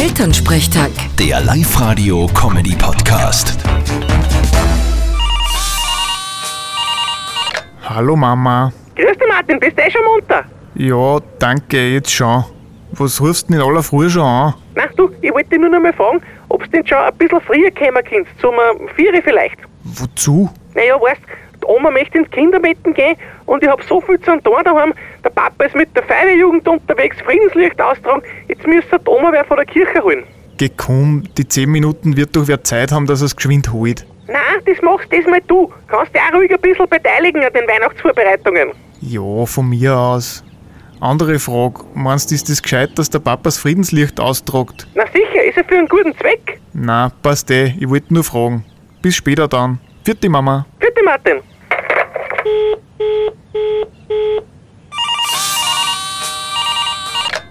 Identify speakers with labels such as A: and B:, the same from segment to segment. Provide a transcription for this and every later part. A: Elternsprechtag.
B: Der Live-Radio-Comedy-Podcast.
C: Hallo Mama.
D: Grüß dich Martin, bist du eh schon munter?
C: Ja, danke, jetzt schon. Was rufst du denn in aller Früh schon an?
D: Na du, ich wollte dich nur noch mal fragen, ob du denn schon ein bisschen früher kommen kannst, zum äh, Viere vielleicht.
C: Wozu?
D: Naja, weißt, die Oma möchte ins Kinderbetten gehen und ich hab so viel zu tun daheim, der Papa ist mit der Feierjugend unterwegs, Friedenslicht austragen, jetzt müsste die Oma wer von der Kirche holen.
C: Geh komm, die 10 Minuten wird doch wer Zeit haben, dass er es geschwind holt.
D: Na, das machst diesmal du. Kannst dich auch ruhig ein bisschen beteiligen an den Weihnachtsvorbereitungen.
C: Ja, von mir aus. Andere Frage, meinst du, ist das gescheit, dass der Papas Friedenslicht austragt?
D: Na sicher, ist ja für einen guten Zweck.
C: Na, passt eh, ich wollte nur fragen. Bis später dann. Vierte Mama.
D: Bitte Martin.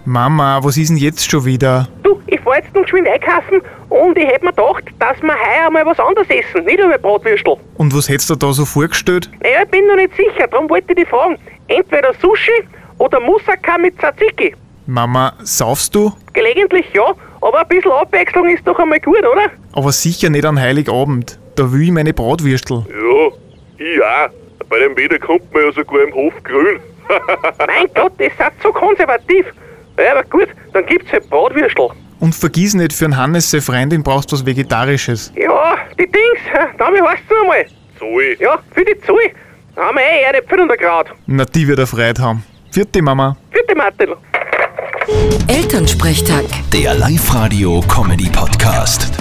C: Mama, was ist denn jetzt schon wieder?
D: Du, ich fahr jetzt noch geschwind einkaufen und ich hätt mir gedacht, dass wir heuer mal was anderes essen, nicht einmal Bratwürstel.
C: Und was hättest du da so vorgestellt?
D: Naja, ich bin noch nicht sicher, darum wollte ich dich fragen. Entweder Sushi oder Moussaka mit Tzatziki.
C: Mama, saufst du?
D: Gelegentlich ja, aber ein bisschen Abwechslung ist doch einmal gut, oder?
C: Aber sicher nicht an Heiligabend. Da will ich meine Bratwürstel.
E: Ja, ich auch. Bei dem Wetter kommt man ja sogar im Hof grün.
D: mein Gott, ihr seid so konservativ. Ja, aber gut, dann gibt's halt Bratwürstel.
C: Und vergiss nicht, für einen Hannes, seine Freundin, brauchst du was Vegetarisches.
D: Ja, die Dings, hä, damit heißt's noch einmal.
E: Zoe,
D: Ja, für die Zoe haben wir eh eher nicht 500 Grad.
C: Na, die wird er Freude haben. Vierte Mama.
D: Bitte Martin.
A: Elternsprechtag.
B: Der Live-Radio-Comedy-Podcast.